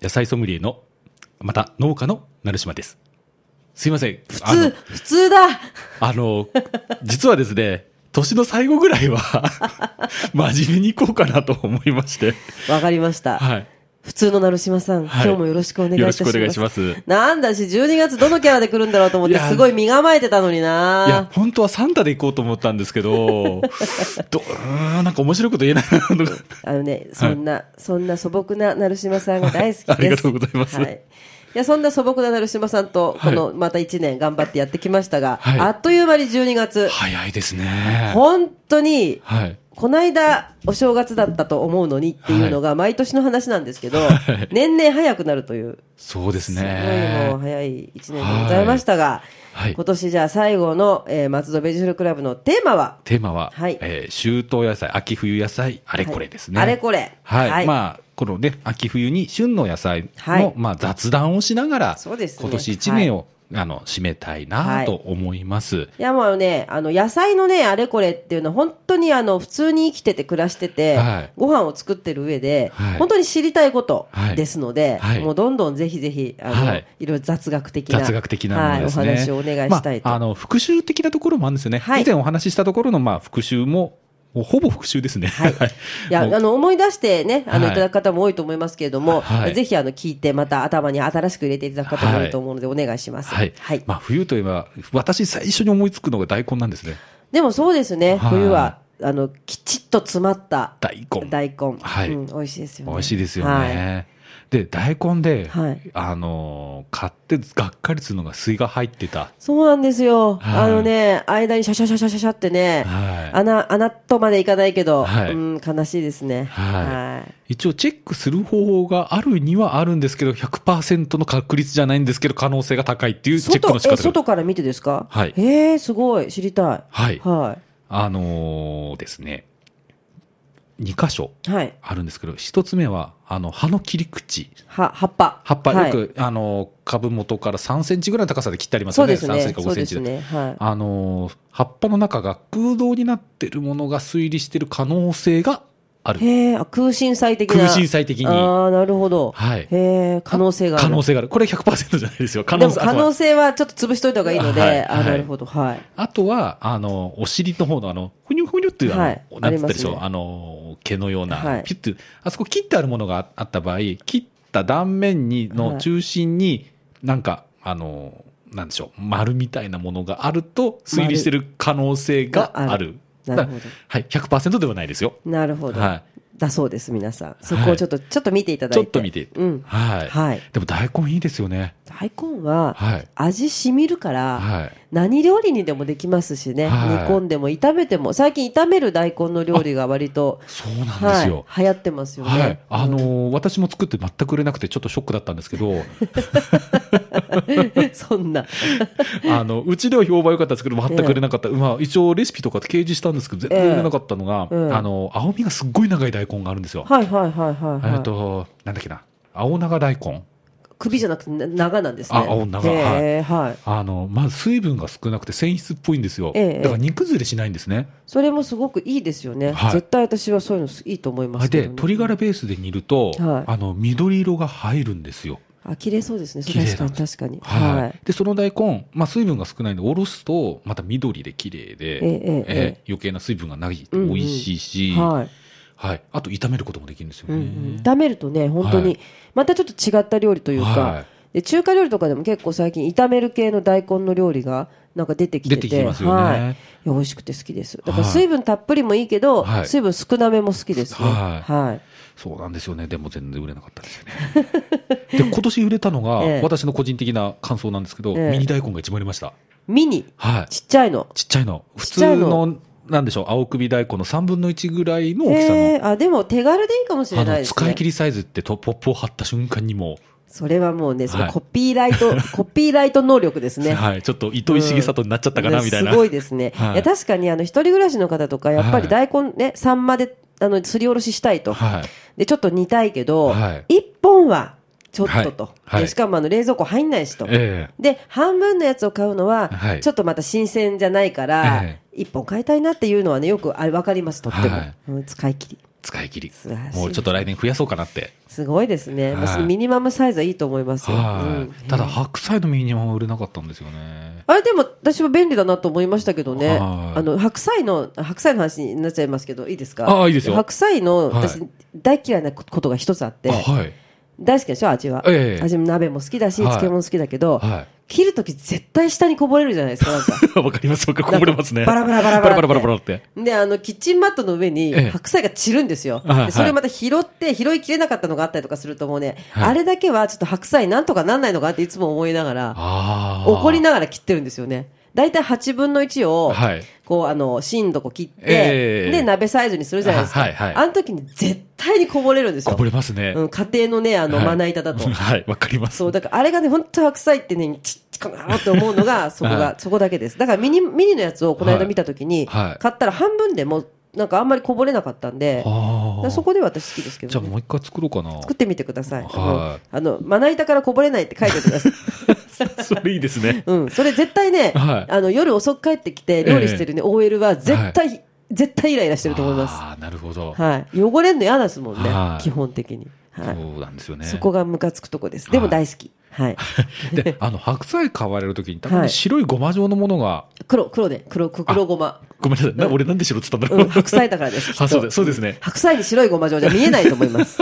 野菜ソムリエの、また農家の成島です。すいません。普通、普通だあの、あの実はですね、年の最後ぐら いは、真面目に行こうかなと思いまして。わかりました。はい。普通の成島さん、はい今日もよろしくお願いいたします。よろしくお願いしますなんだし、12月どのキャラで来るんだろうと思っいて、やすごい身構えてたのにいやな、本当はサンタで行こうと思ったんですけど、どうーん、なんか面白いこと言えないなとか。あのね、そんな、そんな素朴な成島さんが大好きです。ありがとうございますはい。いや、そんな素朴な成島さんと、こはいの、また1年頑張ってやってきましたが、はいあっという間に12月、早いですね。本当に、はい。この間、お正月だったと思うのにっていうのが、毎年の話なんですけど、はい年々早くなるという。そうですすごいもうね。早い一年でございましたが、はいはい今年じゃあ最後の、えー松戸ベジフルクラブのテーマは、テーマは、はいえー秋冬野菜、秋冬野菜、あれこれですね。はいあれこれ。はい。あ、まあ、このね、秋冬に旬の野菜の、はいまあ、雑談をしながら、そうですね今年一年を、あの、締めたいなと思います。いやもうね、あの野菜のね、あれこれっていうのは本当にあの普通に生きてて暮らしてて、はいご飯を作ってる上で、はい本当に知りたいことはいですので、はいもうどんどんぜひぜひ、あの、はいい、ろいろ雑学的な雑学的なものですね。はい、お話をお願いしたいと。まあ、あの、復習的なところもあるんですよね。はい以前お話ししたところの、まあ、復習も、もうほぼ復習ですね。 はいいや、あの、思い出してね、あの、はいいただく方も多いと思いますけれども、はいぜひ、あの、聞いて、また頭に新しく入れていただく方も多いと思うので、お願いします。はい。まあ、冬といえば、私最初に思いつくのが大根なんですね。でもそうですね、はい冬は、あの、きちっと詰まった大根。大根。はいうん美味しいですよね。美味しいですよはいね。で、大根で、はいあのー買ってがっかりするのが水が入ってた。そうなんですよ。はいあのね、間にシャシャシャシャシャシャってね、はい穴、穴とまでいかないけど、はいうん、悲しいですね。はい一応チェックする方法があるにはあるんですけど、100%の確率じゃないんですけど、可能性が高いっていうチェックの仕外、え、方が。外から見てですかはいえー、すごい。知りたい。はいはあのーですね、2箇所い。はい。あるんですけど、1つ目は、あの、葉の切り口。は、葉っぱ。葉っぱ、はいよく、あのー株元から3センチぐらいの高さで切ってありますそようね。です3ねセンチ。かそ5うセンでチすで。ね。はい。あのー葉っぱの中が空洞になってるものが推理してる可能性がある。へえ、あ空心菜的な。空心菜的にああ、なるほど。はいへえ、可能性がある。可能性がある。これ100%じゃないですよ。可で能も性可能性はちょっと潰しといた方がいいので、はいあなるほど、はい。あとは、あの、お尻の方の、あの、ふにゅふにゅっていう、あの、はいなんつったでしょう、ありますねあの、毛のような、はいピュッて、あそこ切ってあるものがああった場合、切った断面に、はのい中心に、なんか、あの、なんでしょう、丸みたいなものがあると、推理してる可能性が丸がああるる。だなるほどからはい、100%ではないですよ。なるほど、はだそうです、皆さん。そこをちょっと、ちょっと見ていたい。だいちょて。っと見て。うん。はい。はい。でも大根いいですよね。大根は、はい味しみるから、はい何料理にでもできますしね、はい煮込んでも炒めても、最近炒める大根の料理が割と、そうなんですよ。はい、流行ってますよね。はい。あのー私も作って全く売れなくてちょっとショックだったんですけ ど、そんな。あの、うちでは評判良かったんですけど、全く売れなかった。まあ、一応レシピとかって掲示したんですけど、全然売れなかったのが、ええあの、青みがすっごい長い大根があるんですよ。はいはいはいはい、えはっい。と、なんだっけな。青長大根。首じゃなくて、な長なんですね。あ青長へーはい。あの、まず水分が少なくて繊維質っぽいんですよ。ええだから煮崩れしないんですね。それもすごくいいですよね。はい絶対私はそういうのいいと思いますけど、で、ね。鶏ガラベースで煮ると、はいあの、緑色が入るんですよ。あ、綺麗そうですね。綺麗確かなんにで確かに。はい。はい。で、その大根、まあ、水分が少ないんで、おろすと、また緑で綺え麗で、ええええ余計な水分がない、うんうん美味しいし、はい。はい。あと、炒めることもできるんですようね。んうん炒めるとね、本当はにい、またちょっと違った料理というか、はいで中華料理とかでも結構最近、炒める系の大根の料理が、なんか出てきてて、出てきますよねはいいや。美味しくて好きです。だからはい水分たっぷりもいいけど、はい水分少なめも好きですね。ははいい。そうなんですよね。でも全然売れなかったですよね。 で、今年売れたのが、ええ私の個人的な感想なんですけど、ええミニ大根が一番売れました。ミニ、はい。ちっちゃいの。ちっちゃいの。普ちっちゃい通のの、なんでしょう、青首大根の3分の1ぐらいの大きさの、えー、あ、でも手軽でいいかもしれあないの、ですね。使い切りサイズってトポップを貼った瞬間にもう、それはもうね、そのはいコピーライ ト、コピーライト能力ですね。はい。ちょっと糸井重里になっちゃったかな、うんみたいな。すごいですね。はいい、や、確かに、あの、一人暮らしの方とか、やっぱり大根ね、サンマで、あの、すりおろししたいと。はい。で、ちょっと煮たいけど、はい一本は、ちょっとと。はいはいでしかも、あの、冷蔵庫入んないしと。 えで、半分のやつを買うのは、はいちょっとまた新鮮じゃないから、え一本買いたいなっていうのはね、よくあれ分かります、とっても。はいうん使い切り。え使い切り素晴ら。しいもうちょっと来年増やそうかなって。すごいですね。はいまあそのミニマムサイズはいいと思いますよ。はうんい。ただ、白菜のミニマムは売れなかったんですよね。あれでも私は便利だなと思いましたけどね。はいあの、白菜の、白菜の話になっちゃいますけど、いいですかああいいですよ白菜の、はい私、大嫌いなことが一つあってあ、はい。大好きでしょ、味は。ええ味も鍋も好きだし、はい漬物好きだけど、は切るとき絶対下にこぼれるじゃないですか、なんか。 い。わかりますわかりますこぼれますね。バラバラバラバラバラバラバラバラって。で、あの、キッチンマットの上にええ白菜が散るんですよ。はいでそれをまた拾って、拾いきれなかったのがあったりとかするともうね、はいあれだけはちょっと白菜なんとかなんないのかっていつも思いながら、ああ。怒りながら切ってるんですよね。大体8分の1を、はい。こう、あの、芯のとこ切って、ええで、鍋サイズにするじゃないですか。はいはいあの時に絶対にこぼれるんですこよぼ。れますね。うん、家庭のね、あの、はい。まな板だとはい。わかります。そう、だからあれがね、本当白菜ってね、ちっちかなって思うのが、そこが、 はいそこだけです。だからミニ、ミニのやつをこの間見た時に、はいはい買ったら半分でも、なんかあんまりこぼれなかったんで、だあかあ。らそこで私好きですけじゃどあね、もう一回作ろうかな。作ってみてください。はあの、あのまな板からこぼれないって書いておいてくだ さい。それいいです ね。うん、それ絶対ね、は いあの夜遅く帰ってきて料理してるね、OL は絶対、絶対イライラしてると思います。ああ、なるほど。はい、汚れんの嫌ですもんねは、い基本的に、はいそうなんですよね。そこがムカつくとこです。でも大好き。 はい。で、あの、白菜買われるときに、たまはにい白いごま状のものが、黒、黒で、黒、黒ごま。ごめんなさい。な俺なんで白っつったんだろうん、う。白菜だから です。きっあ、そうとです。そうですね。白菜に白いごま状じゃ見えないと思い ます。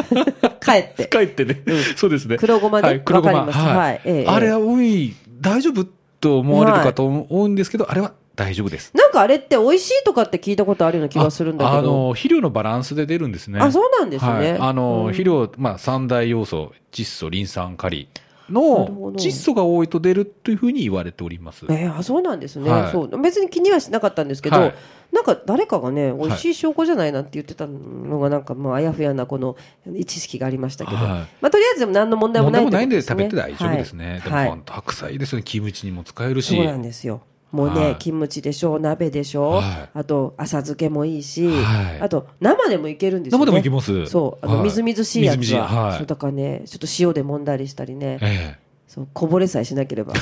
かえって。帰ってね。そうですね。黒ごまねはい黒ごわかま。りますはいええあれは多い、大丈夫と思われるかと思うんですけど、あれは大丈夫です。なんかあれって美味しいとかって聞いたことあるような気がするんだああけど。の、肥料のバランスで出るんですね。あそうなんですねはいあうの、ん肥料、まあ、三大要素、窒素、リン酸、カリなるほどの窒素が多いと出るというふうに言われております。えーあそうなんですね、はいそう別に気にはしなかったんですけど、はいなんか誰かがね美味しい証拠じゃないなんて言ってたのがなんかもうあやふやなこの知識がありましたけど、はいまあ、とりあえずでも何の問題も問な題いもないんってでこと食べて大丈夫ですね。でも、はいほんと白菜いいですよね。キムチにも使えるし。そうなんですよもうね、はいキムチでしょう鍋でしょう、はいあと浅漬けもいいし、はいあと生でもいけるんですよね生でもいけますそうあのはいみずみずしいやつはみずみずしいはいそうだからねちょっと塩で揉んだりしたりね、ええそうこぼれさえしなければ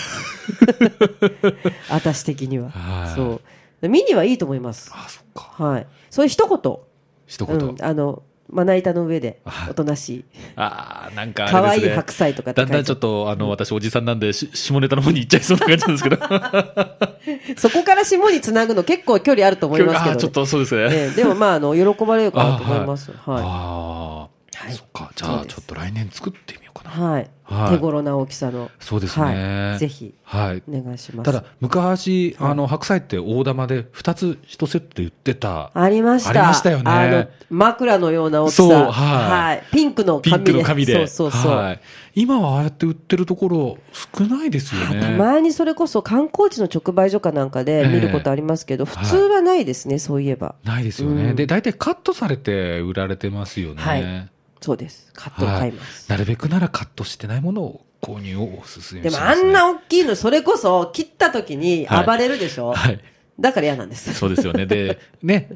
私的には、はいそうミニはいいと思いますあ、そっか。はいそういう一言一う言。ん、あのまな板の上ではいおとなしいああ、なんか可あ愛、れいですね。白菜とかってだ書いてあるんだんちょっと、あの、私、おじさんなんで、し下ネタの方に行っちゃいそうな感じなんですけど。そこから下につなぐの結構距離あると思いますけど、あーねちょっとそうですね。ええでもまああの喜ばれるかなと思います。あはーはあいー、そっか。じゃそあ、うですちょっと来年作ってみようかい。な。はい。はい手頃な大きさの。そうですねはい。ぜひはい。お願いします。ただ、昔、はいあの、白菜って大玉で2つ1セットで売ってた。ありました。ありましたよねあの枕のような大きさ。そうはいはい。ピンクのピン紙クで。の紙で。そうそうそう。はい今はああやって売ってるところ少ないですよた ね。まにそれこそ観光地の直売所かなんかで見ることありますけど、え普通はないですね、そういえば。ないですよね、うんで、大体カットされて売られてますよね。はいそうです。カットを買います。なるべくならカットしてないものを購入をおすすめでしもまあす、ね。んな大きいの、それこそ切った時に暴れるでしょ、はい。だから嫌なんです。そうですよね。で、ね、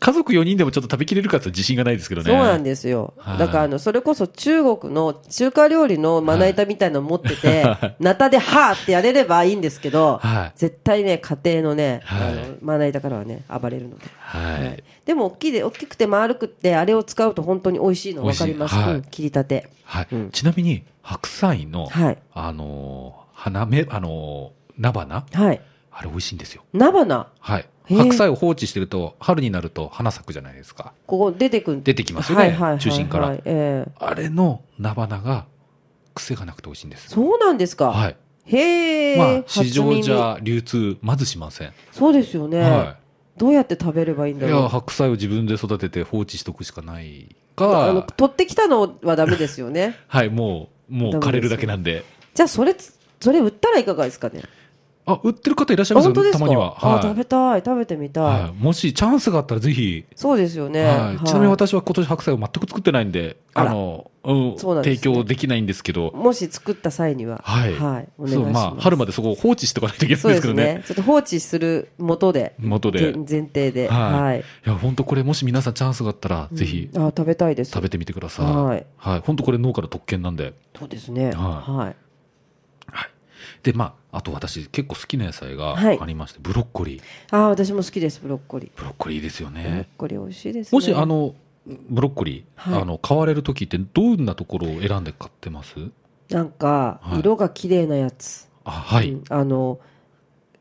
家族4人でもちょっと食べきれるかって自信がないですけどね。そうなんでですよ。はいだから、あの、それこそ中国の中華料理のまな板みたいなの持ってて、ナタではーってやれればいいんですけど、はい絶対ね、家庭のね、はいあのまな板からはね、暴れるので。はい。はいでも、大きいで、大きくて丸くって、あれを使うと本当に美味しいの分かります。美味しいはいうん切りたて。はい。うんちなみに、白菜の、はいあのー、花芽、あのー、菜花はい。あれ美味しいんですよ。菜花、はい。へえ白菜を放置してると、春になると花咲くじゃないですか。ここ出てくる。出てきますよねはいはいはいはい中心からええあれの菜花が、癖がなくて美味しいんです。そうなんですか。はい。へえ、まあ、市初場耳じゃ流通、まずしません。そうですよね、はどうやって食べればいいんい。いだろうや、。白菜を自分で育てて放置しとくしかないあのか、取ってきたのはダメですよね。 はい、もう、もう枯れるだけなんで。じゃあそれつそれ売ったらいかがですかね。あ、売ってる方いらっしゃいあます本当よ、ですたかまには。あ、は食い。べたい、食べてみたい。はい、もしチャンスがあったらぜひ、そうですよね。はい、ちなみにはい私は今年白菜を全く作ってないんで、ああらの、うん、そうなんですね提供できないんですけど、もし作った際には、はいお願いしそう、ます。まあ、春までそこを放置しておかないといけないんそうでですけすどね。ね。ちょっと放置する元で、元で。前前提で、はいはい。いや、本当これもし皆さんチャンスがあったら、ぜひうんあ、食べたいです。食べてみてください。はいはい。本当これ農家の特権なんで。そうですね。はいはい。はい。で、まあ、あと私結構好きな野菜がはいありまして、ブロッコリー。あ、私も好きです、ブロッコリー。ブロッコリーいいですよブロッね。コリー美味しいですね。もし、あの、ブロッコリー、はいあの、買われる時ってどんなところを選んで買ってますなんか、はい色が綺麗なやつ。あ、はい。うんあの、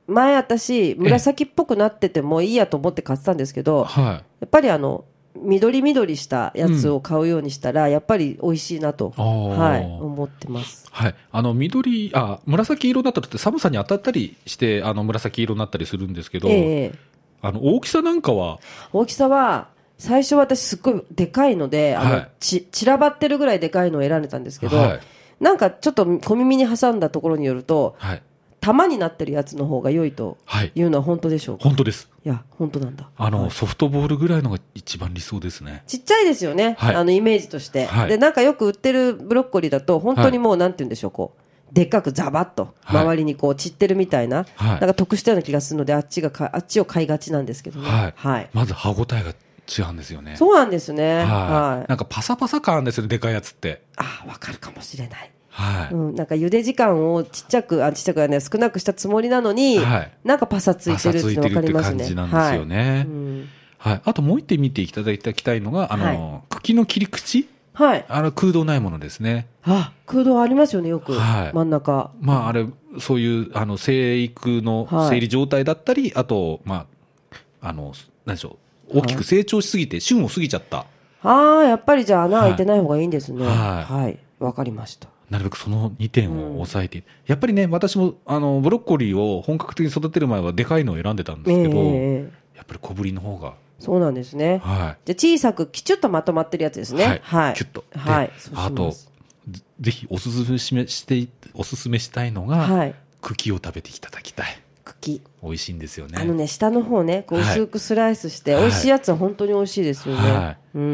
前私、紫っぽくなっててもいいやと思って買ってたんですけど、はい。やっぱりあの、緑緑したやつを買うようにしたら、やっぱり美味しいなと、あーはい、思ってます。はい。あの、緑、あ、紫色になった時って寒さに当たったりして、あの、紫色になったりするんですけど、ええあの、大きさなんかは、大きさは、最初私すっごいでかいので、あの、はいち、散らばってるぐらいでかいのを選んでたんですけど、はい。なんかちょっと小耳に挟んだところによると、はい。玉になってるやつの方が良いとはい。いうのは本当でしょうか本当です。いや、本当なんだ。あの、はいソフトボールぐらいのが一番理想ですね。ちっちゃいですよね、はいあのイメージとして、はいで、なんかよく売ってるブロッコリーだと、本当にもう、なんて言うんでしょう、こう、でっかくザバッと、はい周りにこう散ってるみたいな、はないんか得したような気がするので、あっちがか、あっちを買いがちなんですけどね。はい。まず歯応えが違うんですよね。そうなんですね。はい。はい。なんかパサパサ感あるんですよね、でかいやつって。ああ、わかるかもしれない。はい。うん、なんか茹で時間をちっちゃく、あ、ちっちゃくはね、少なくしたつもりなのに、はいなんかパサついパサてるっていつういのて分かるってります感ね。じなんですよはねい。う。んはい。あともう一点見ていただきたいのが、あの、茎の切り口はい。あの、空洞ないものですね。あ、空洞ありますよね、よく。はい真ん中。まあ、あれ、そういう、あの、生育のはい生理状態だったり、あと、まあ、あの、何でしょう。大きはいく成長しすぎて、旬を過ぎちゃった。ああ、やっぱりじゃあ穴開いてない方がいいんですね。は。はいわ、かりました。なるべくその2点うんを抑えて、やっぱりね、私もあのブロッコリーを本格的に育てる前はでかいのを選んでたんでええすけど、ええやっぱり小ぶりの方が、そうなんですね。はじゃあ小さくきちょっとまとまってるやつですい、ね。はい。キュッと。ではい。そうしあとます、ぜぜひおすすめしめして、おすすめしたいのが、はい。茎を食べていただきたい。茎。美味しいんですよね。あのね、下の方ね、こうはい薄くスライスして、はい美味しいやつは本当に美味しいですよね。はうんうんう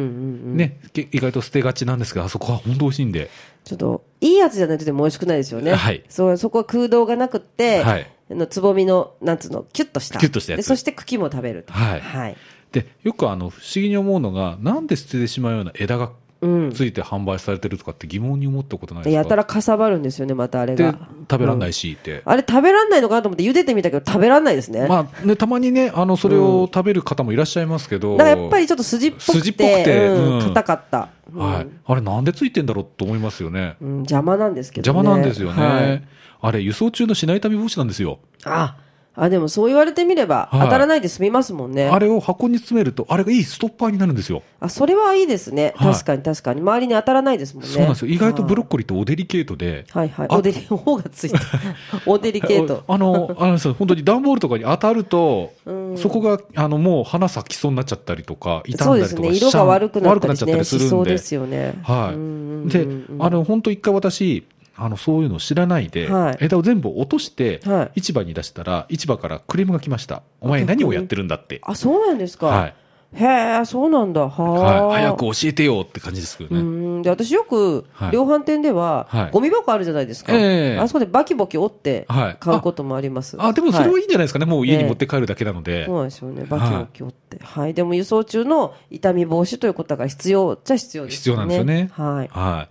ん。ね、け意外と捨てがちなんですけど、あそこは本当美味しいんで、ちょっと、いいやつじゃないとでも美味しくないですよね。はいそう、そこは空洞がなくって、はいあのつぼみの、なんつうの、キュッとした。キュッとしたやつでそして茎も食べると。はいはい。で、よくあの、不思議に思うのが、なんで捨ててしまうような枝がうん。ついて販売されてるとかって疑問に思ったことないですかやたらかさばるんですよね、またあれでが。食べられいないしって、あれ食べらんないのかなと思って茹でてみたけど食べらんないですね。まあね、たまにね、あの、それを食べる方もいらっしゃいますけど。だからやっぱりちょっと筋っぽくて、筋っぽくてうんうん硬かった、うんはい。あれなんでついてんだろうと思いますよね。うん邪魔なんですけど邪ね。魔なんですよね。はいあれ、輸送中のしないたび防止なんですよ。ああ、でもそう言われてみれば、はい当たらないで済みますもんね。あれを箱に詰めると、あれがいいストッパーになるんですよ。あそれはいいですね。はい確かに確かに。周りに当たらないですもんね。そうなんですよ。意外とブロッッコリーっておデリケートで。はいはい。あおでり、方がついた。 おデリケート。あの、あのそう本当に段ボールとかに当たると、うんそこが、あの、もう花咲きそうになっちゃったりとか、傷そうんでだりすとね。か、色が悪くなったり,、ね、悪ちゃったりするしそんうでですよね。はいうんうんうんで、あの、本当一回私、あの、そういうの知らないで、はい枝を全部落として、はい市場に出したら、市場からクレームが来ました。お前何をやってるんだって。あ、そうなんですか。はい。へえ、そうなんだ。はあ、はい。早く教えてよって感じですけどうね。んで私よくはい量販店では、はいゴミ箱あるじゃないですか、ええあそこでバキバキ折ってはい買うこともあります、あ、でもそれはいいんじゃないですかね。もう家えにえ持って帰るだけなのでそう。なんですよねバキバキ折って、はいでも輸送中の痛み防止ということが必要じゃ必要ですね必要なんですよねはい、は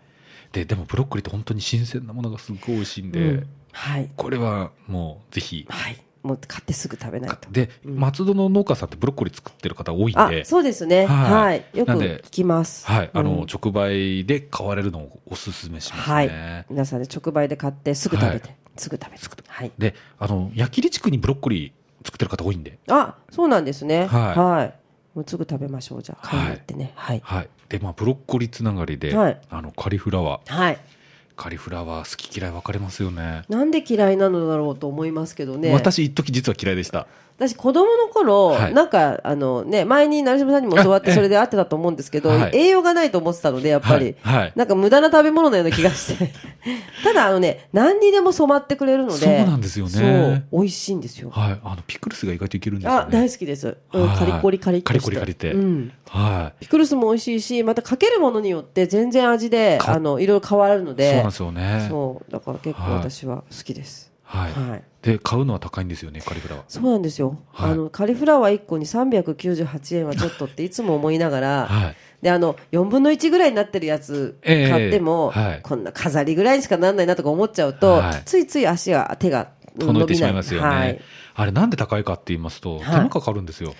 い。で、でもブロッコリーって本当に新鮮なものがすごい美味しいんで、うんはい、これはもうぜひ。はい、もう買ってすぐ食べないとで、松戸の農家さんってブロッコリー作ってる方多いんあで、そうですねははいい、よくなんで聞きますはい。あうんの、直売で買われるのをおすすめしますね。はい皆さんで直売で買ってすぐ食べて、はすぐ食べてはいで、あの、矢切地区にブロッコリー作ってる方多いんで、あそうなんですねはいもうすぐ食べましょうじゃあ買いに行ってねはい、はい。で、まあ、ブロッコリーつながりで、はいあの、カリフラワー。はいカリフラワー好き嫌い分かれますよね。なんで嫌いなのだろうと思いますけどね。私、一時実は嫌いでした。私、子供の頃、はいなんか、あのね、前に成島さんにも教わってあええそれで会ってたと思うんですけど、はい栄養がないと思ってたので、やっぱり。はいはいなんか無駄な食べ物のような気がして。 ただ、あのね、何にでも染まってくれるので。そうなんですよねそう、美味しいんですよ。はい。あの、ピクルスが意外といけるんですよね。あ、大好きです。うん、はいカリコリカリッとしてカリコリカリってうん。はピクルスも美味しいし、またかけるものによって全然味で、かあの、いろいろ変わるのい。そうで。なんですよね。そうだから結構はい私は好きです。はい、はいで、買うのは高いんですよね、カリフラワー。そうなんですよ、はいあのカリフラワー1個に398円はちょっとっていつも思いながら、はい。であの4分の1ぐらいになってるやつええ買っても、はいこんな飾りぐらいにしかなんないなとか思っちゃうと、はいついつい足が手が遠のいてしまいますよね。はいあれ、なんで高いかって言いますと、手はい間かかるんですよ。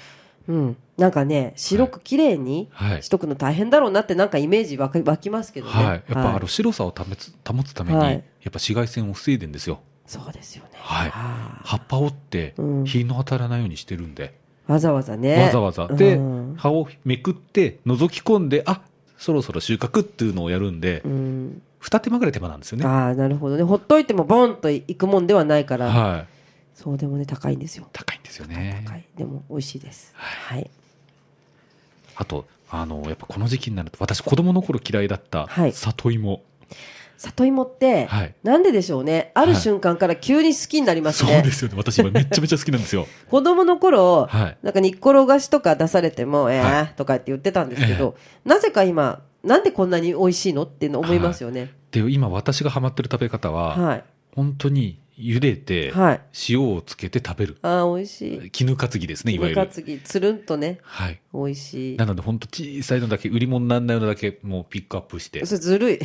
うん、なんかね白く綺麗にはいしとくの大変だろうなってなんかイメージ湧き湧きますけどね、はい。やっぱ、あるの、白さを保つ保つために、はいやっぱ紫外線を防いでんですよ。そうですよね、はいあ葉っぱを折ってうん、日の当たらないようにしてるんで、ーわざわざねわざわざ。でうん、葉をめくって、覗き込んで、あそろそろ収穫っていうのをやるんでう、ん二手間ぐらい手間なんですよね。ああ、なるほどね。ほっといてもボンと行くもんではないから、はい。そうでもね、高いんですよ。高いんですよね。高い。でも、美味しいです。はい。あと、あの、やっぱこの時期になると、私子供の頃嫌いだったはい、里芋。里芋って、はいなんででしょうね。あるはい瞬間から急に好きになりますそうね。ですよね。私今めっちゃめちゃ好きなんですよ。 子供の頃、はいなんか煮っころがしとか出されても、ええはとかって言ってたんですけど、なぜか今、なんでこんなに美味しいのっていうの思いますよね。で、今私がハマってる食べ方は、はい。本当に茹でて、はい。塩をつけて食べる。ああ、美味しい。絹担ぎですね、いわゆぬかる。つぎ、つるんとね、はい。美味しいな。ので本当小さいのだけ、売り物にならないのだけ、もうピックアップして。いそれず るい。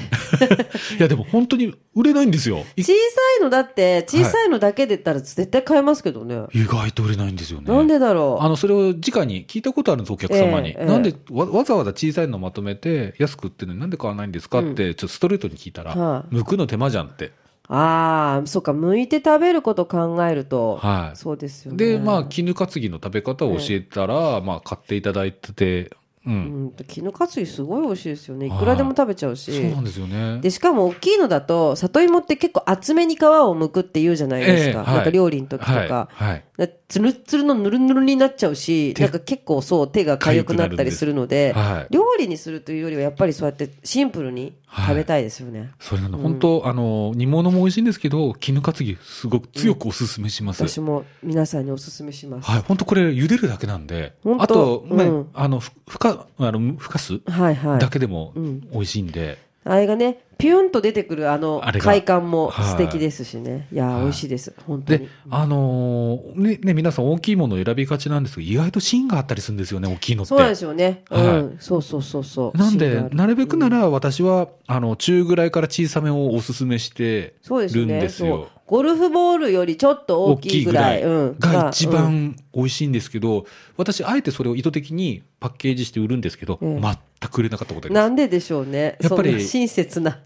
や、でも本当に売れないんですよ。い小さいのだって、小さいのだけで言ったら絶対買えますけどね。意外と売れないんですよね。なんでだろう。あの、それを直に聞いたことあるんです、お客様に。ええええなんでわ、わざわざ小さいのまとめて、安く売ってるのになんで買わないんですかって、ちょっとストレートに聞いたら、はい剥くの手間じゃんって。ああ、そうか、剥いて食べること考えると、はいそうですよね。で、まあ、絹担ぎの食べ方を教えたら、まあ、買っていただいてて、う。うんんと、絹かつぎすごい美味しいですよね。いはいくらでも食べちゃうそうしな。んですよね。で、しかも大きいのだと、里芋って結構厚めに皮を剥くって言うじゃないですか。ええはいなんか料理の時とはい。か。はい。だつるつるのぬるぬるになっちゃうし、手なんか結構そう、手が痒くなったりするので、はい。料理にするというよりは、やっぱりそうやってシンプルに食べたいですよね。それなの、本当あの、煮物も美味しいんですけど、絹担ぎ、すごく強くおすすめします。私も皆さんにおすすめします。はい、本当これ、茹でるだけなんでほん、とあと、まあうんあの、ふふか、あの、ふかすはいはい。だけでもうん美味しいんで、あれがね、ピュンと出てくるあのあれが快感も素敵ですしね。いやー、はい美味しいです。本当でに。、あのーね、ね、皆さん大きいものを選びがちなんですけど、意外と芯があったりするんですよね、大きいのって。そうなんですよね。うはいん。そうそうそうそう。なんシーで、ンがあるなるべくなら私は、あの、中ぐらいから小さめをおすすめしてそうでするよんね。ですそうよ。ゴルフボールよりちょっと大きいぐらい。うん。が一うん番美味しいんですけど、私、あえてそれを意図的にパッケージして売るんですけど、うん全く売れなかったことありますなんででしょうね。やっぱりそんな親切な。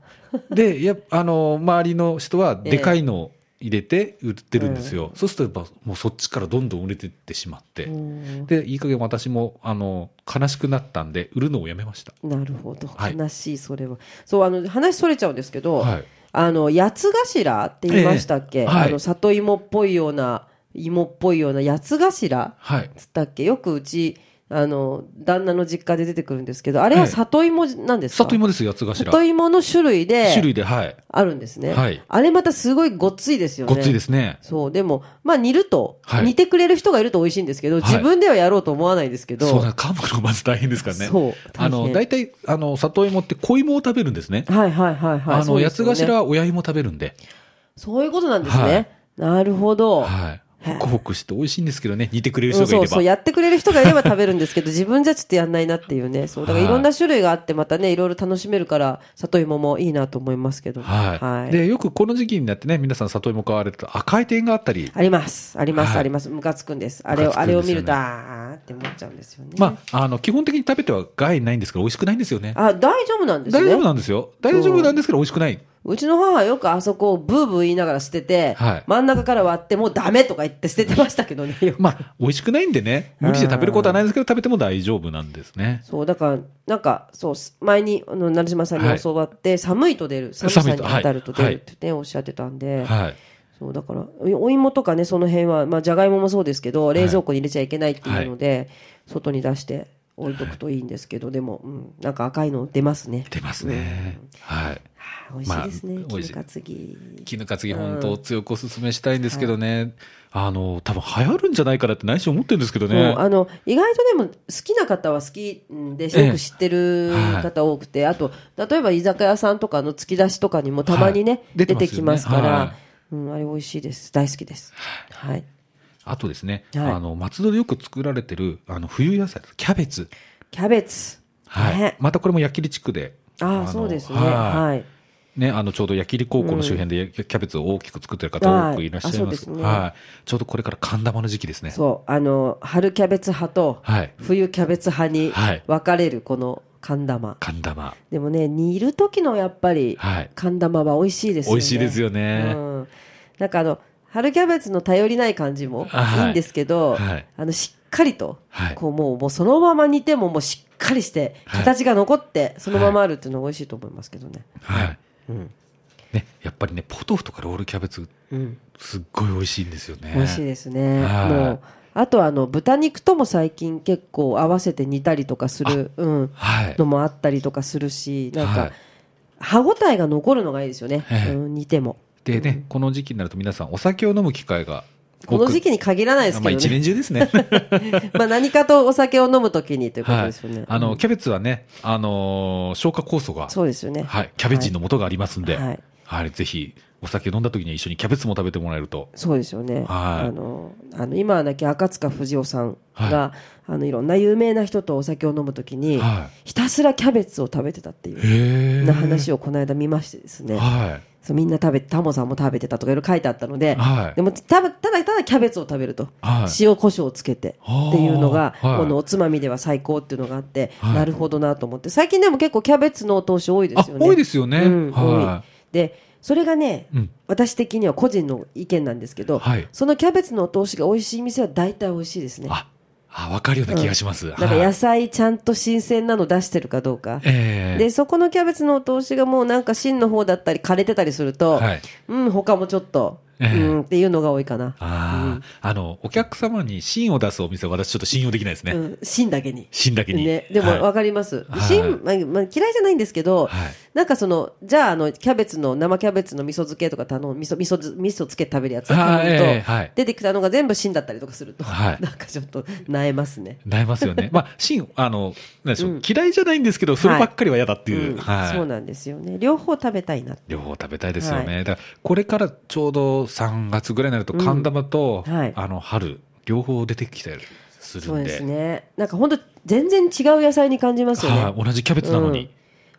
で、やっぱあの、周りの人は、ええでかいのを入れて売ってるんですよ。そうすると、やっぱ、もうそっちからどんどん売れてってしまってう。んで、いい加減私も、あの、悲しくなったんで、売るのをやめました。なるほど。はい悲しい、それは。そう、あの、話それちゃうんですけど、はい。あの、八つ頭って言いましたっけ、ええはいあの、里芋っぽいような、芋っぽいような八つ頭はい。つったっけよくうち、あの、旦那の実家で出てくるんですけど、あれは里芋なんですか、里芋ですよ、八つ頭。里芋の種類で、種類で、はい。あるんですね。はいあれまたすごいごっついですよね。ごっついですね。そう、でも、まあ煮ると、はい煮てくれる人がいると美味しいんですけど、い自分ではやろうと思わないんですけど、そうなん、噛むのまず大変ですからね。そうあ大の、変大体、あの、里芋って小芋を食べるんですね。はいはいはいはい。あその、うで八すつよね頭は親芋食べるんで。そういうことなんですね。はいなるほど。はい。へえホクホクして美味しいんですけどね、似てくれるう人んがいそうれそう、ば。やってくれる人がいれば食べるんですけど、自分じゃちょっとやんないなっていう ね。そう、だからいろんな種類があって、またね、いろいろ楽しめるから、里芋もいいなと思いますけど。はい。で、よくこの時期になってね、皆さん里芋買われると赤い点があったり、あります。あります、はいあります。ムカつくんです。あれムを、カあつれくんですよねを見ると、あーって思っちゃうんですよね。まあ、あの、基本的に食べては害ないんですけど、美味しくないんですよね。あ、大丈夫なんです大丈夫ね。なんですよ。大丈夫なんですけど、美味しくない。うちの母はよくあそこをブーブー言いながら捨てて、はい真ん中から割って、もうダメとか言って捨ててましたけど ね。よくまあ、美味しくないんでね、無理して食べることはないんですけど、食べても大丈夫なんですね。そう、だから、なんか、そう、前に、あの、成島さんに教わって、寒いと出る、寒さに寒いとはい当たると出るってね、おっしゃってたんで、はい。そうだからお芋とかねその辺はまあじゃがいももそうですけど冷蔵庫に入れちゃいけないっていうので、外に出して置いとくといいんですけど、でも、うん、なんか赤いの出ますね出ますね。はい。あー美味しいですね、まあ美味しい金かつぎ絹担ぎ本当強くお勧めしたいんですけどね、あの、多分流行るんじゃないかなって内心思ってるんですけどもうね。あの意外とでも好きな方は好きでええよく知ってる方多くて、あと例えば居酒屋さんとかの突き出しとかにもたまにね、はい出出ててきまますすかよねら、はいうん、あれ美味しいです大好きですはいあとですね、はいあの、松戸でよく作られてる、あの、冬野菜、キャベツ。キャベツはい。ねまたこれも矢切地区で。ああのそうですねははいい。ね、あの、ちょうど矢切高校の周辺で、キャベツを大きく作ってる方多くいらっしゃいはいあそうま。ですすねはい。ちょうどこれから寒玉の時期ですね。そうあの春キャベツ派とはい。冬キャベツ派にはい分かれるこの寒玉、寒玉。でもね煮る時のやっぱりはい。寒玉は美味しいですよね美味しいですよねうん、なんかあの春キャベツの頼りない感じもはいいいんですけど、はいあのしっかりと、はいこうもうもうそのまま煮てももうしっかりしてはい形が残ってそのままあるっていうのが美味しいと思いますけどね、はい。うんね、やっぱりね、ポトフとかロールキャベツ、うん、すっごい美味しいんですよね。美味しいですね、はいもうあとあの豚肉とも最近結構合わせて煮たりとかする、うん、はい。のもあったりとかするしなんか、はい歯ごたえが残るのがいいですよね、ええうん、煮てもでね、この時期になると皆さんお酒を飲む機会がこの時期に限らないですけまあどね一年 中ですね。まあ何かとお酒を飲むときにということはでいすよね。。あうの、んキャベツはね、あのー消化酵素が、そうですよね。はい、キャベジンの元がありますんで、ははいい、ぜひ、お酒飲んだ時には一緒にキャベツも食べてもらえると。そうですよね。はいあの、あの今はなき赤塚不二夫さんが、あのいろんな有名な人とお酒を飲むときに、はひたすらキャベツを食べてたっていい。う。へな話を。をこの間見ましてですね。はそうみんな食べて、タモさんも食べてたとかいろいろ書いてあったので、はいでもただただただキャベツを食べると。い。はい。塩コショウをつけてっていうのが、あーはいこのおつまみでは最高っていうのがあって、はいなるほどなと思って最近でも結構キャベツのお通し多いであすよ、ね多いですよね。うんは多いでそれがね、うん私的には個人の意見なんですけど、はいそのキャベツのお通しが美味しい店は大体美味しいですい。ねあ、あ、わかるような気がします。なんかは野い菜ちゃんと新鮮なの出してるかどうか、ええでそこのキャベツのお通しがもうなんか芯の方だったり枯れてたりすると、はい。うん他もちょっと、ええうんっていうのが多いかな、ああ、あの、お客様に芯を出すお店は私ちょっと信用できないですね。うん、芯だけに芯だけに。ね、でもはいわかります、はい芯まあまあ、嫌いじゃないんですけど、はいなんかそのじゃああのキャベツの生キャベツの味噌漬けとか頼む味噌味噌味噌漬け食べるやつあー頼むと、ええはい出てきたのが全部芯だったりとかすると、はいなんかちょっとなえますね。なります よね。まあ、芯、あの、なんでしょう、嫌いじゃないんですけど、そればっかりは嫌だっていんう。はい。そうなんですよね。両方食べたいな。両方食べたいですよね。はだから、これからちょうど3月ぐらいになると、うん寒玉と、はいあの、春、両方出てきたりするそうんでで。すね。なんか本当全然違う野菜に感じますよね。はい、同じキャベツなのに。うん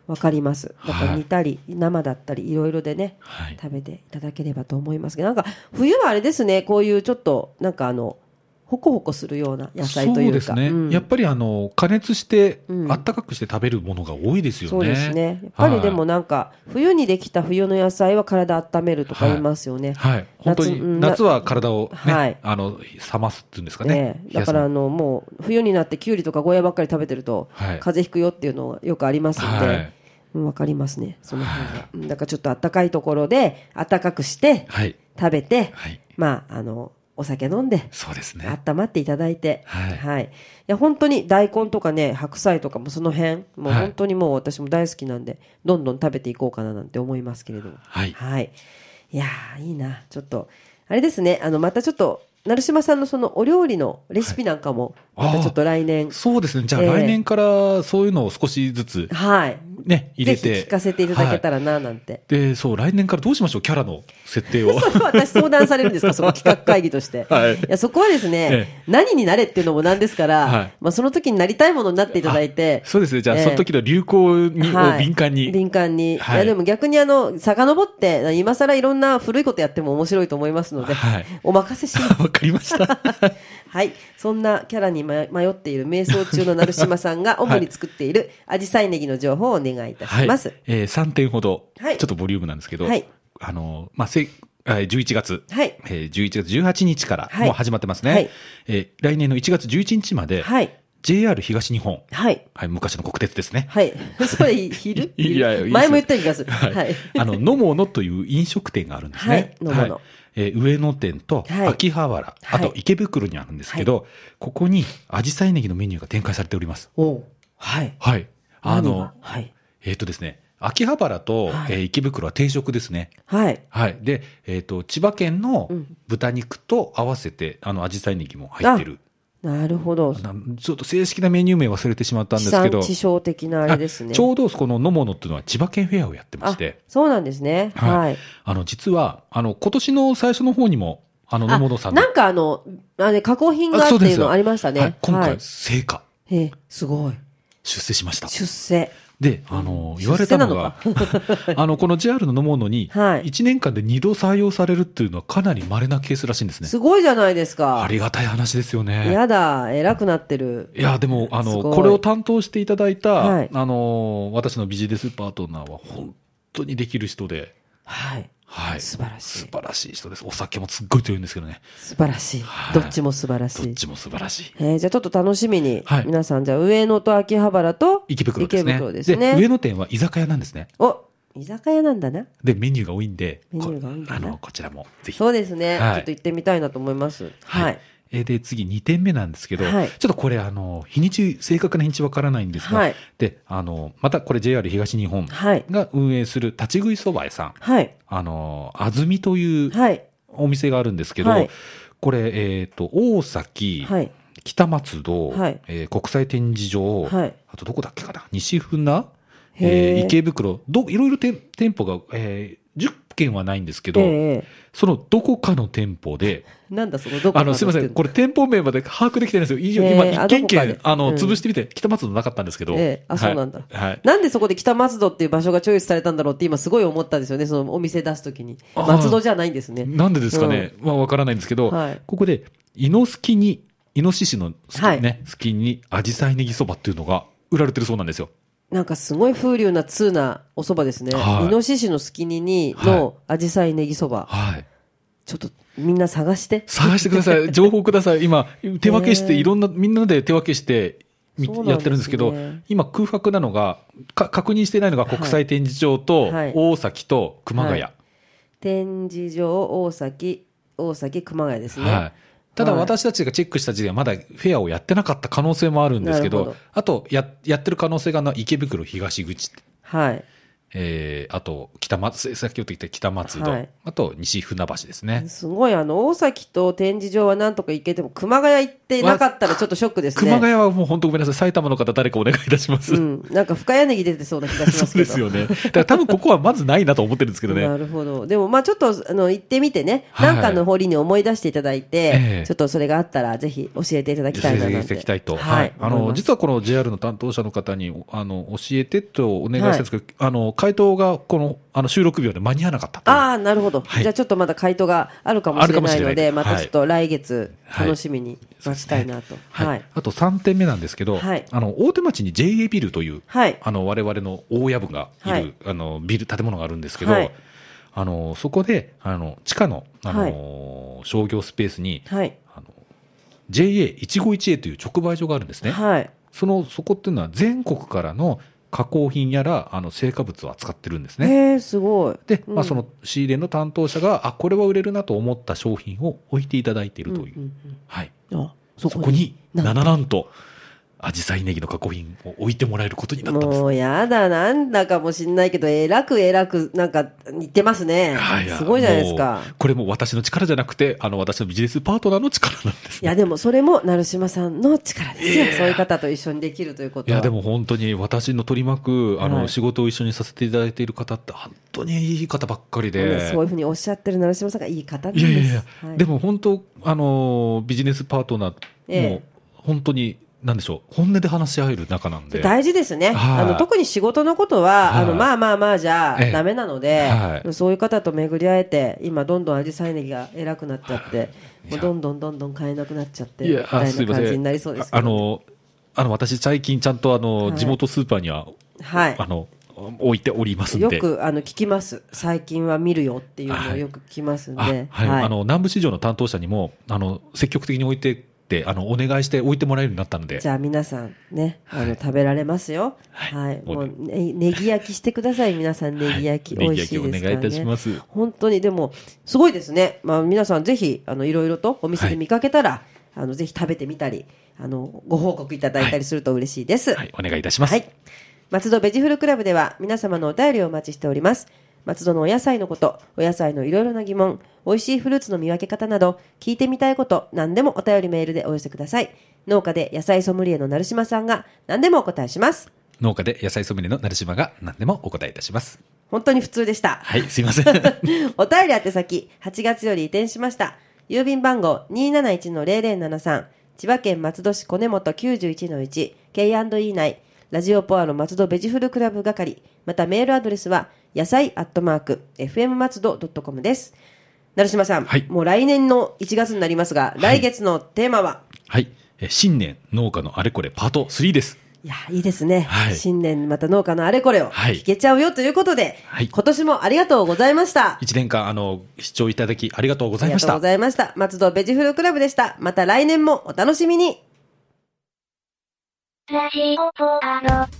わかります。だからはい煮たり、生だったり、いろいろでね、はい。食べていただければと思いますけど、なんか冬はあれですね、こういうちょっと、なんかあの、ほこほこするような野菜というか。そうですね。んやっぱり、あの、加熱して、うんあったかくして食べるものが多いですよね。そうですね。やっぱりでもなんか、冬にできた冬の野菜は体温めるとか言いますよね。はい。本当夏うんに、夏は体をね、はいあの、冷ますっていうんですかね。ねえ冷だかやすらあのもう冬になってきゅうりとかゴーヤばっかり食べてると、はい風邪ひくよっていうのはよくありますんで、はいうんわかりますねその辺が、うんだからちょっとあったかいところであったかくしてはい。食べて、はい。まああのお酒飲んでそうですね。温まっていただいて、はいい、いや本当に大根とかね白菜とかもその辺もうはい本当にもう私も大好きなんで、どんどん食べていこうかななんて思いますけれどもはいい、いやーいいなちょっとあれですねあのまたちょっと成島さんのそのお料理のレシピなんかも、はいまたちょっと来年そうですね。じゃあええ来年からそういうのを少しずつはいね、入れて。 ぜひ聞かせていただけたはいらななんて、で、そう、来年からどうしましょうキャラの設定を。 私相談されるん ですかその企画会議として、はいやそこはですね、え何になれっていうのもなんですから、はいまあ、その時になりたいものになっていただいてそうですね。じゃあ、ええその時の流行に、はいを敏感に。敏感に。はいい、や、でも逆にあの、遡って、今更いろんな古いことやっても面白いと思いますので、はいお任せし ます。わかりました。はい。そんなキャラに迷迷っている瞑想中の成島さ んが主に作っている紫陽花ネギの情報をお願いいたはしい。ます。えー、3点ほど。はいちょっとボリュームなんですけど。はいあの、まあ、せ、あ11月。はいえー11月18日から、はいもう始まってますね。はいえー来年の1月11日まで、はい。 JR 東日本。はい。はい、昔の国鉄ですね。はい。 それ、昼 いやいやいいです前も言った気がする。ははいい。あの、のものという飲食店があるんですね。はいのものはいえー上野店とはい秋葉原、あはいと池袋にあるんですけど、ここに紫陽花ネギのメニューが展開されております。おうはい。はい。あ何のが、はい。えっ、とですね、秋葉原と、はいえー池袋は定食ですね。はい。はい。で、えっ、と、千葉県のうん豚肉と合わせて、あの、紫陽花ネギも入ってる。なるほど。なちょっと正式なメニュー名忘れてしまったん地ですけど産、地消的なあれですね。あちょうどこののものっていうのは千葉県フェアをやってまして、そうなんですね。はいはい。あの、実は、あの、今年の最初の方にも、あの、野本さんの、なんかあの、あれ、加工品がっあそてうですいうのありましたね。はい、今は回、い成果、ええすごい。出世しました。出世。で、あの、出世言われたのが、 あの、この JR の野物に、はい1年間で2度採用されるっていうのはかなり稀なケースらしいんですね。すごいじゃないですあか。りがたい話ですよね。やだ、偉くなってる。いや、でも、あすの、ごいこれを担当していただいた、はいあの、私のビジネスパートナーは本当にできる人で、はい。はい。素晴らしい素晴らしい人です。お酒もすっごい強いんですけどね。素晴らしいはどい。っちも素晴らしどっい。ちも素晴らしい。えーじゃあちょっと楽しみに。はい皆さん、じゃあ上野と秋葉原と池袋ですね。池袋ですね上野店は居酒屋なんですね。お、居酒屋なんだな。で、メニューが多いんで、メニューが多いんこだあなの、こちらもぜひ。そうですね、はいちょっと行ってみたいなと思います。はい。えーで、次2点目なんですけど、はいちょっとこれ、あの、日にち、正確な日にちわからないんですが、はいで、あの、またこれ JR 東日本はい。が運営する立ち食いそば屋さん、はい。あの、あずみというはい。お店があるんですけど、はいこれ、えっ、と、大崎、はい。北松戸、はいえー国際展示場、はいあとどこだっけかな西船、へーえー池袋どいろいろ店店舗が、えー10軒はないんですけど、ええそのどこかの店舗でなんだそのどこかあのすいませんこれ店舗名まで把握できてないんですよ、へー今あ一軒一どこか軒であの、うん潰してみて北松戸なかったんですけど、ええあそうなんだはい、はいなんでそこで北松戸っていう場所がチョイスされたんだろうって今すごい思ったんですよね。そのお店出すときに。あー松戸じゃないんですね。なんでですかね、まあわからないんですけど、はいここで、イノスキに、イノシシのスキ,、はいね、スキに、アジサイネギそばっていうのが売られてるそうなんですよ。なんかすごい風流な通なお蕎麦ですね。はいイノシシのスキニにの紫陽花ネギ蕎麦。はい。ちょっとみんな探して。探してくだ さい。情報ください。今、手分けして、いろんな、みんなで手分けして、みそうなんですねやってるんですけど、今空白なのが、か確認してないのが国際展示場と、はい大崎と熊谷。は。はい展示場、大崎、大崎、熊谷ですね。ただはい私たちがチェックした時点はまだフェアをやってなかった可能性もあるんですけど、なるほどあとや、やってる可能性があの池袋東口はい。えー、あと北松、さっき言ってきた北松戸、はいあと西船橋ですね。すごい、あの、大崎と展示場はなんとか行けても、熊谷行ってなかったらちょっとショックですね。熊谷はもう本当ごめんなさい、埼玉の方、誰かお願いいたします。うん。なんか深谷ネギ出てそうな気がしまそすけうでど。すよね。だから多分ここはまずないなと思ってるんですけどね。なるほど。でも、まあちょっと、あの、行ってみてね、はいなんかの折に思い出していただいて、ええちょっとそれがあったら、ぜひ教えていただきたいななんて。教えていただきたいと。ははいい。。あの、は、実はこの JR の担当者の方に、あの、教えてとお願いしたんですけど、あの、回答がこの、あの、収録日で間に合わなかったというああ、なるほど、はいじゃあちょっとまだ回答があるかもしれないので、あるかもましれないたちょっと来月、はい楽しみに待ちたいなと。はい。はい。あと3点目なんですけど、はいあの、大手町に JA ビルという、はいあの、我々の大家部がいる、はいあの、ビル、建物があるんですけど、はいあの、そこで、あの、地下の、あの、は商業スペースに、はい。あの、JA151A という直売所があるんですね。はい。その、そこっていうのは全国からの加工品やら、あの、成果物を扱ってるんですえね。えすごい。で、まあ、うんその仕入れの担当者が、あ、これは売れるなと思った商品を置いていただいているという。うんうんはうい。んあそこに、なんなとななんと、アジサイネギの加工品を置いてもらえることになったんです。もうやだ、なんだかもしんないけど、えらくえらく、なんか、言ってますね。すごいじゃないですか。もうこれも私の力じゃなくて、あの、私のビジネスパートナーの力なんです、いね。や、でもそれも、成島さんの力ですよ。そういう方と一緒にできるということいは。や、でも本当に私の取り巻く、あはの、い仕事を一緒にさせていただいている方って、本当にいい方ばっかりうん、で。そういうふうにおっしゃってる成島さんがいい方なんでいす。やいやいや、はいでも本当、あのービジネスパートナえーもえ、本当に、なんでしょう、本音で話し合える仲なんで。大事ですね。はいあの、特に仕事のことは、はいあの、まあまあまあじゃええダメなので、はいそういう方と巡り会えて、今どんどんアジサイネギが偉くなっちゃって、いもうどんどんどんどん買えなくなっちゃって、いみや、あたいすいなませ感ん。じになりそうですけど。ああの、あの、私最近ちゃんとあの、はい地元スーパーには、はいあの、置いておりますんよで。くあの聞きます、最近は見るよっていうのをはいよく聞きますんで、あはい、あの、南部市場の担当者にも、あの、積極的に置いてって、あの、お願いして置いてもらえるようになったのでじ。ゃあ皆さんね、あの、食べられますよ。はい。もう、ね、ネギ焼きしてください、皆さん。ネギ焼き。はい美味しいですから、ね。ネギ焼きお願いいたします本当に、でも、すごいですね。まあ皆さんぜひ、あの、いろいろとお店で見かけたら、あの、ぜひ食べてみたり、あの、ご報告いただいたりすると嬉しいです。はい、お願いいたします。はい。松戸ベジフルクラブでは皆様のお便りをお待ちしております。松戸のお野菜のこと、お野菜のいろいろな疑問、美味しいフルーツの見分け方など、聞いてみたいこと、何でもお便りメールでお寄せください。農家で野菜ソムリエの成島さんが何でもお答えします。農家で野菜ソムリエの成島が何でもお答えいたします。本当に普通でした。 はい、すいません。はお便り宛先、8月より移転しました。郵便番号271-0073、千葉県松戸市小根本91-1、K&E 内、ラジオポアの松戸ベジフルクラブ係、またメールアドレスは、野菜アットマーク、fm 松戸 .com です。成島さん、はいもう来年の1月になりますが、来月のテーマは、い、え新年農家のあれこれパート3です。いや、いいですね。はい新年また農家のあれこれをはい聞けちゃうよということで、はい今年もありがとうございました。 1年間、あの、視聴いただきありがとうごあざいりがましとうごた。ざいました。松戸ベジフルクラブでした。また来年もお楽しみに。ラジオポアド。